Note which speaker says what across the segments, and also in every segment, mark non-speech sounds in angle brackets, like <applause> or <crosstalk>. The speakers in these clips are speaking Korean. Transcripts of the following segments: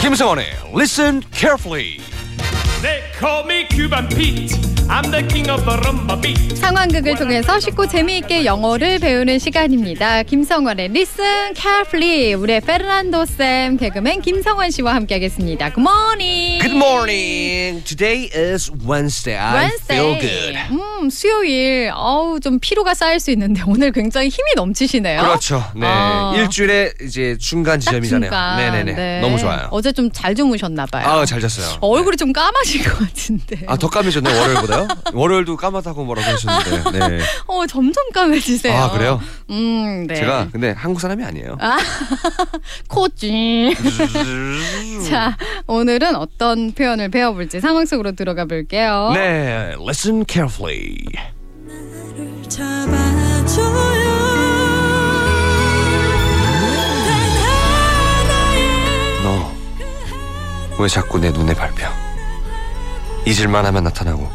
Speaker 1: 김성원의 Listen Carefully.
Speaker 2: They call me Cuban Pete. I'm the king of the rumba beat.
Speaker 3: 상황극을 통해서 쉽고 재미있게 영어를 배우는 시간입니다. 김성원의 Listen Carefully. 우리의 페르난도 쌤, 개그맨 김성원 씨와 함께하겠습니다. Good morning.
Speaker 1: Good morning. Today is Wednesday. I feel good.
Speaker 3: 음, 수요일. 어우, 좀 피로가 쌓일 수 있는데 오늘 굉장히 힘이 넘치시네요.
Speaker 1: 그렇죠. 네.
Speaker 3: 아.
Speaker 1: 일주일에 이제 중간
Speaker 3: 어? 딱
Speaker 1: 지점이잖아요.
Speaker 3: 중간.
Speaker 1: 네네네.
Speaker 3: 네.
Speaker 1: 너무 좋아요.
Speaker 3: 어제 좀 잘 주무셨나 봐요.
Speaker 1: 아, 잘 잤어요.
Speaker 3: 얼굴이 좀 까마신 것 같은데.
Speaker 1: 아, 더 까매졌네, 월요일보다요? 월요일도 까맣다고 뭐라고 하셨는데. 네.
Speaker 3: 어, 점점 까매지세요.
Speaker 1: 아, 그래요?
Speaker 3: 음, 네.
Speaker 1: 제가 근데 한국 사람이 아니에요.
Speaker 3: 코쥐. <laughs> 음. 자, 오늘은 어떤 표현을 배워볼지 상황 속으로 들어가 볼게요.
Speaker 1: 네, listen carefully.
Speaker 4: 나를 잡아줘요 단 하나의
Speaker 1: 너 왜 자꾸 내 눈에 밟혀? 잊을만 하면 나타나고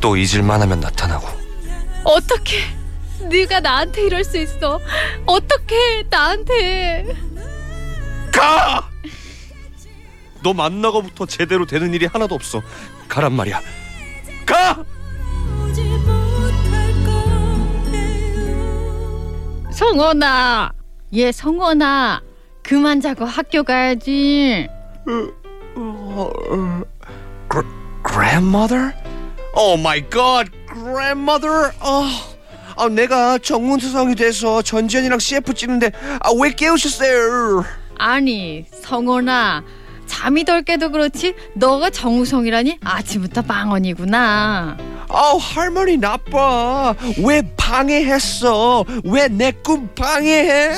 Speaker 1: 또 잊을만 하면 나타나고
Speaker 3: 어떻게 네가 나한테 이럴 수 있어? 어떻게 나한테?
Speaker 1: 가! 너 만나고부터 제대로 되는 일이 하나도 없어. 가란 말이야. 가!
Speaker 4: 오지 못할 건데요
Speaker 3: 성원아, 얘 성원아, 그만 자고 학교 가야지.
Speaker 1: Gr- grandmother? Oh my god, grandmother? 아, 아 내가 정문수성이 돼서 전지현이랑 CF 찍는데 아, 왜 깨우셨어요?
Speaker 3: 아니, 성원아, 잠이 덜 깨도 그렇지 너가 정우성이라니 아침부터 망언이구나.
Speaker 1: 아우 할머니 나빠 왜 방해했어 왜 내 꿈 방해해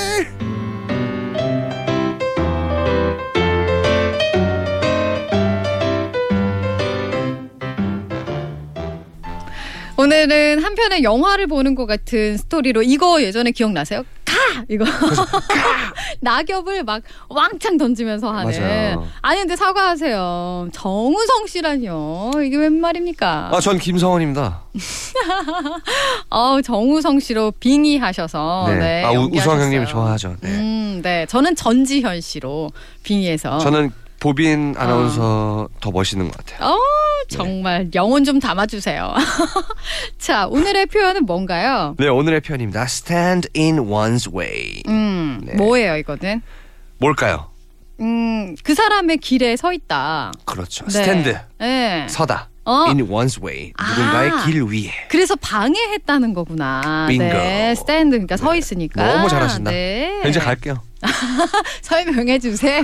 Speaker 3: 오늘은 한편의 영화를 보는 것 같은 스토리로 이거 예전에 기억나세요? 가! 이거 <laughs> 낙엽을 막 왕창 던지면서 하는
Speaker 1: 맞아요.
Speaker 3: 아니 근데 사과하세요 정우성 씨라뇨 이게 웬 말입니까
Speaker 1: 아 전 김성원입니다
Speaker 3: 어, 정우성 씨로 빙의하셔서
Speaker 1: 네.
Speaker 3: 네,
Speaker 1: 아 우,
Speaker 3: 연기하셨어요.
Speaker 1: 우성 형님이 좋아하죠 네.
Speaker 3: 음, 네 저는 전지현 씨로 빙의해서
Speaker 1: 저는 보빈 아나운서 더 멋있는 것 같아요
Speaker 3: 어 정말 영혼 좀 담아주세요 <laughs> 자 오늘의 표현은 뭔가요
Speaker 1: 네 오늘의 표현입니다 Stand in one's way
Speaker 3: 음
Speaker 1: 네.
Speaker 3: 뭐예요 이거는
Speaker 1: 뭘까요?
Speaker 3: 음, 그 사람의 길에 서 있다.
Speaker 1: 그렇죠
Speaker 3: 네.
Speaker 1: 스탠드
Speaker 3: 네.
Speaker 1: 서다
Speaker 3: 어.
Speaker 1: in one's way
Speaker 3: 아.
Speaker 1: 누군가의 길 위에
Speaker 3: 그래서 방해했다는 거구나.
Speaker 1: 빙고.
Speaker 3: 네. 스탠드 그러니까 서 있으니까.
Speaker 1: 너무 잘하신다
Speaker 3: 네.
Speaker 1: 이제 갈게요 <laughs>
Speaker 3: 설명해 주세요.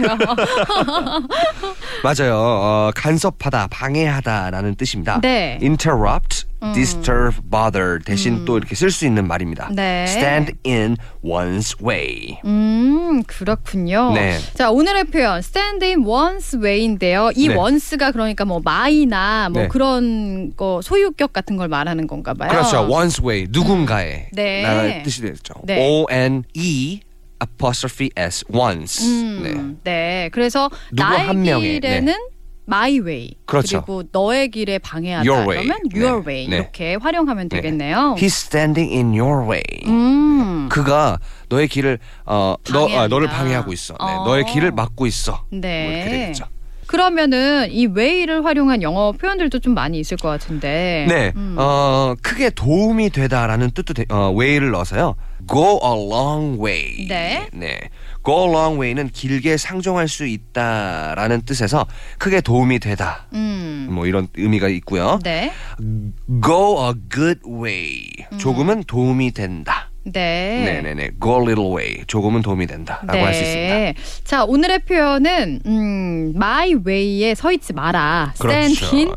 Speaker 1: 맞아요. 어, 간섭하다, 방해하다라는 뜻입니다.
Speaker 3: 네. 음.
Speaker 1: interrupt, disturb, bother 대신 또 이렇게 쓸 수 있는 말입니다.
Speaker 3: 네.
Speaker 1: stand in one's way.
Speaker 3: 음, 그렇군요.
Speaker 1: 네.
Speaker 3: 자, 오늘의 표현 stand in one's way인데요. 이
Speaker 1: 네.
Speaker 3: once가 그러니까 뭐 my나 뭐
Speaker 1: 네.
Speaker 3: 그런 거 소유격 같은 걸 말하는 건가 봐요.
Speaker 1: 그렇죠. one's way 누군가의
Speaker 3: 아. 네.
Speaker 1: 라는 뜻이 되죠.
Speaker 3: 네.
Speaker 1: O N E apostrophe S once. 네.
Speaker 3: 음, 네. 그래서
Speaker 1: 누구
Speaker 3: 나의
Speaker 1: 한 명의,
Speaker 3: 길에는
Speaker 1: 네.
Speaker 3: my way.
Speaker 1: 그렇죠.
Speaker 3: 그리고 너의 길에 방해하다
Speaker 1: Your way.
Speaker 3: 그러면 your
Speaker 1: 네.
Speaker 3: way
Speaker 1: 네.
Speaker 3: 이렇게 활용하면 되겠네요.
Speaker 1: He's standing in your way.
Speaker 3: 음.
Speaker 1: 그가 너의 길을 어, 너,
Speaker 3: 방해한다.
Speaker 1: 아, 너를 방해하고 있어. 네,
Speaker 3: 어.
Speaker 1: 너의 길을 막고 있어. 뭐 이렇게
Speaker 3: 네.
Speaker 1: 되겠죠.
Speaker 3: 그러면은 이 way를 활용한 영어 표현들도 좀 많이 있을 것 같은데. 음.
Speaker 1: 네, 어, 크게 도움이 되다라는 뜻도 되, 어, way를 넣어서요. Go a long way.
Speaker 3: 네.
Speaker 1: go a long way는 길게 상종할 수 있다라는 뜻에서 크게 도움이 되다.
Speaker 3: 음.
Speaker 1: 뭐 이런 의미가 있고요.
Speaker 3: 네.
Speaker 1: Go a good way. 조금은 도움이 된다.
Speaker 3: 음. 네.
Speaker 1: 네, 네, 네. Go a little way. 조금은 도움이 된다라고 할 수 있습니다.
Speaker 3: 네. 자, 오늘의 표현은 음, my way에 서 있지 마라.
Speaker 1: 그렇죠.
Speaker 3: stand in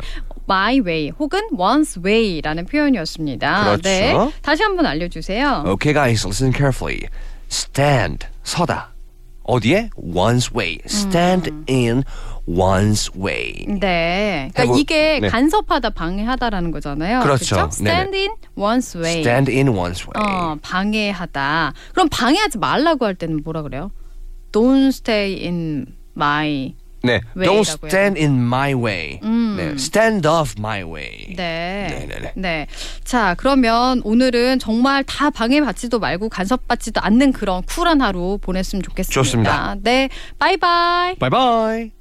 Speaker 3: my way 혹은 one's way라는 표현이었습니다.
Speaker 1: 그렇죠. 어.
Speaker 3: 네. 다시 한번 알려 주세요.
Speaker 1: Okay, guys, listen carefully. Stand, 서다. 어디에? One's way. Stand
Speaker 3: 음.
Speaker 1: in one's way.
Speaker 3: 네. 그러니까
Speaker 1: 해보-
Speaker 3: 이게
Speaker 1: 네.
Speaker 3: 간섭하다 방해하다라는 거잖아요.
Speaker 1: 그렇죠.
Speaker 3: 그쵸?
Speaker 1: 네네.
Speaker 3: stand in one's way.
Speaker 1: Stand in one's way.
Speaker 3: 어, 방해하다. 그럼 방해하지 말라고 할 때는 뭐라 그래요? Don't stay in my
Speaker 1: 네,
Speaker 3: way라고요.
Speaker 1: don't stand in my way.
Speaker 3: 음.
Speaker 1: 네, stand off my way.
Speaker 3: 네.
Speaker 1: 네네네.
Speaker 3: 네. 자, 그러면 오늘은 정말 다 방해받지도 말고 간섭받지도 않는 그런 쿨한 하루 보냈으면 좋겠습니다.
Speaker 1: 좋습니다.
Speaker 3: 네. 바이바이.
Speaker 1: Bye bye.